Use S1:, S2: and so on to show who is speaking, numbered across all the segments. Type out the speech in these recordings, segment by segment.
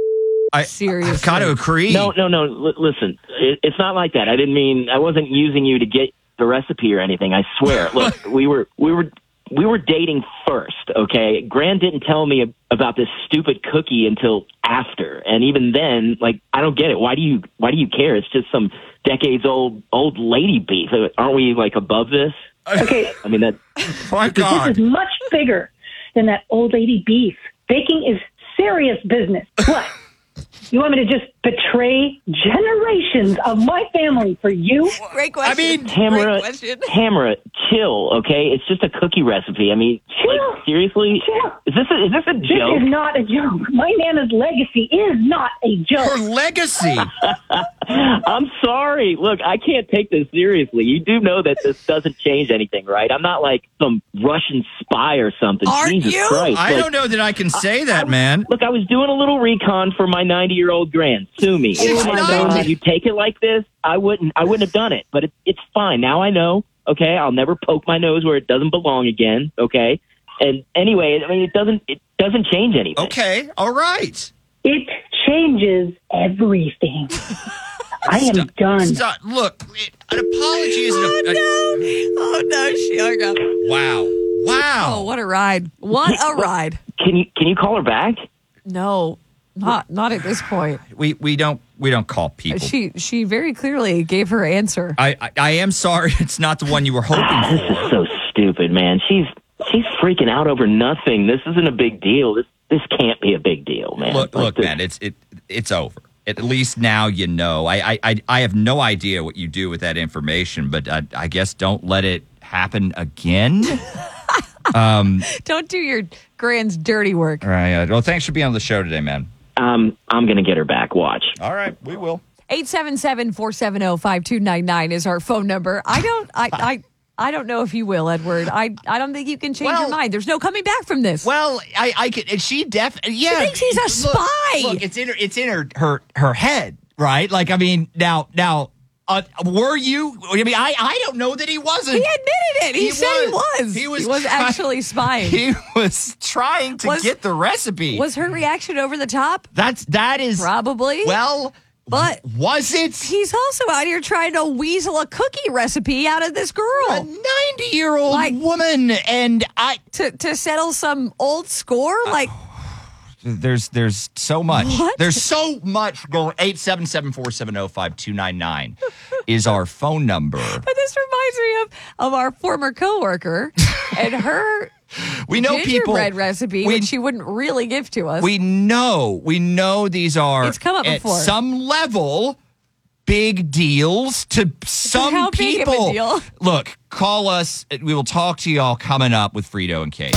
S1: I,
S2: Seriously.
S1: I've got to agree.
S3: No, no, no. L- listen, it, it's not like that. I didn't mean I wasn't using you to get the recipe or anything. I swear. Look, we were we were we were dating first. Okay, Gran didn't tell me ab- about this stupid cookie until after, and even then, like I don't get it. Why do you why do you care? It's just some decades old old lady beef. Aren't we like above this?
S4: Okay,
S3: I mean that.
S1: My
S4: this is
S1: God.
S4: much bigger than that old lady beef. Baking is serious business. What? You want me to just betray generations of my family for you?
S2: Great question.
S1: mean-
S2: Great
S3: Tamara,
S2: question.
S3: Tamara, chill, okay? It's just a cookie recipe. I mean, like,
S4: Chill.
S3: seriously?
S4: Chill.
S3: Is this a, is this a
S4: This
S3: joke?
S4: is not a joke. My Nana's legacy is not a
S5: Her
S4: joke.
S5: legacy.
S3: I'm sorry. Look, I can't take this seriously. You do know that this doesn't change anything, right? I'm not like some Russian spy or something.
S2: Aren't
S3: Jesus
S2: you?
S3: Christ.
S5: I
S3: Like,
S5: don't know that I can say
S4: Oh.
S5: that, man.
S3: Look, I was doing a little recon for my 90 year old grand. Sue me.
S5: She's
S3: If I had
S5: 90.
S3: known that you take it like this, I wouldn't. I wouldn't have done it. But it, it's fine. Now I know. Okay, I'll never poke my nose where it doesn't belong again. Okay. And anyway, I mean, it doesn't. It doesn't change anything.
S5: Okay, all right.
S4: It changes everything. I am done.
S5: Stop. Look, it- an apology is not a,
S2: oh no, she hung up.
S5: wow,
S2: Oh,
S5: wow.
S2: what a ride! What a ride!
S3: Can you can you call her back?
S2: No, not not at this point.
S1: We we don't we don't call people.
S2: She she very clearly gave her answer.
S1: I, I I am sorry. It's not the one you were hoping for.
S3: This is so stupid, man. She's she's freaking out over nothing. This isn't a big deal. This this can't be a big deal, man.
S1: Look,
S3: Like,
S1: look,
S3: this-
S1: man, it's it it's over. At least now you know. I I- I, I have no idea what you do with that information, but I, I guess don't let it happen again.
S2: Don't do your grand's dirty work.
S1: All right. uh, Well, thanks for being on the show today, man.
S3: Um, I'm gonna get her back. Watch.
S1: All right, we will.
S2: oh, 877-470-5299 is our phone number. I don't I I I don't know if you will, Edward. I I don't think you can change your
S5: Well-
S2: mind. There's no coming back from this.
S5: Well, I, I could. and She def. Yeah,
S2: thinks he's a
S5: look,
S2: spy.
S5: Look, it's in her. It's in her her her head, right? Like, I mean, now now, uh, were you? I mean, I I don't know that he wasn't.
S2: he admitted it. He,
S5: He
S2: said he
S5: was.
S2: was.
S5: He was trying-
S2: actually spying.
S5: He was trying to
S2: Was-
S5: get the recipe.
S2: was her reaction over the top?
S5: That's that is
S2: Probably.
S5: well,
S2: But-
S5: was it
S2: He's also out here trying to weasel a cookie recipe out of this girl.
S5: a ninety-year-old
S2: Like-
S5: woman? And I
S2: to to settle some old score?
S1: Uh.
S2: Like,
S1: There's there's so much.
S2: What?
S5: there's
S1: There's
S5: so much going. Eight seven seven four seven
S1: oh
S5: zero five two nine nine.
S1: is our phone number.
S2: but this reminds me of of our former coworker and her
S1: We know people
S2: gingerbread recipe,
S1: we-
S2: which she wouldn't really give to us.
S1: We know we know these are
S2: It's come up
S1: at
S2: before.
S1: some level big deals to some
S2: how big of a
S1: people.
S2: deal?
S1: Look, call us. We will talk to y'all coming up with Frito and Kate.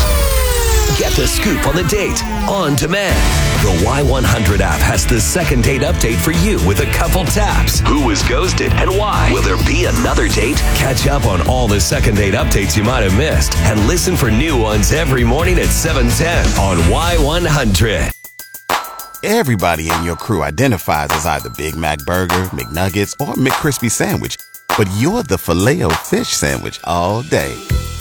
S6: Get the scoop on the date on demand. The Y100 app has the second date update for you with a couple taps. Who was ghosted and why? Will there be another date? Catch up on all the second date updates you might have missed and listen for new ones every morning at 710 on Y100.
S7: Everybody in your crew identifies as either Big Mac Burger, McNuggets, or McCrispy Sandwich. But you're the filet fish Sandwich all day.